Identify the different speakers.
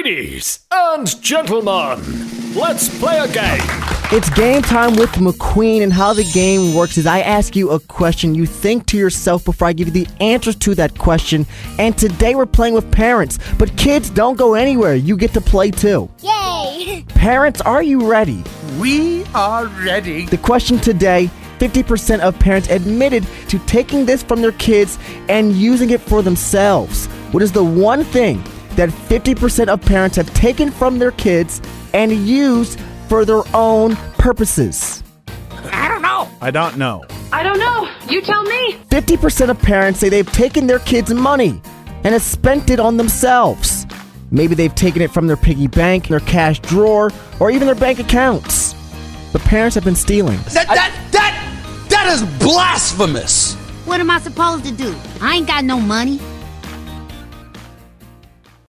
Speaker 1: Ladies and gentlemen, let's play a game.
Speaker 2: It's game time with McQueen, and how the game works is I ask you a question. You think to yourself before I give you the answer to that question. And today we're playing with parents, but kids don't go anywhere. You get to play too.
Speaker 3: Yay!
Speaker 2: Parents, are you ready?
Speaker 4: We are ready.
Speaker 2: The question today 50% of parents admitted to taking this from their kids and using it for themselves. What is the one thing that 50% of parents have taken from their kids and used for their own purposes?
Speaker 5: I don't know.
Speaker 6: I don't know. You tell me.
Speaker 2: 50% of parents say they've taken their kids' money and have spent it on themselves. Maybe they've taken it from their piggy bank, their cash drawer, or even their bank accounts. But parents have been stealing.
Speaker 7: That that that that is blasphemous.
Speaker 3: What am I supposed to do? I ain't got no money.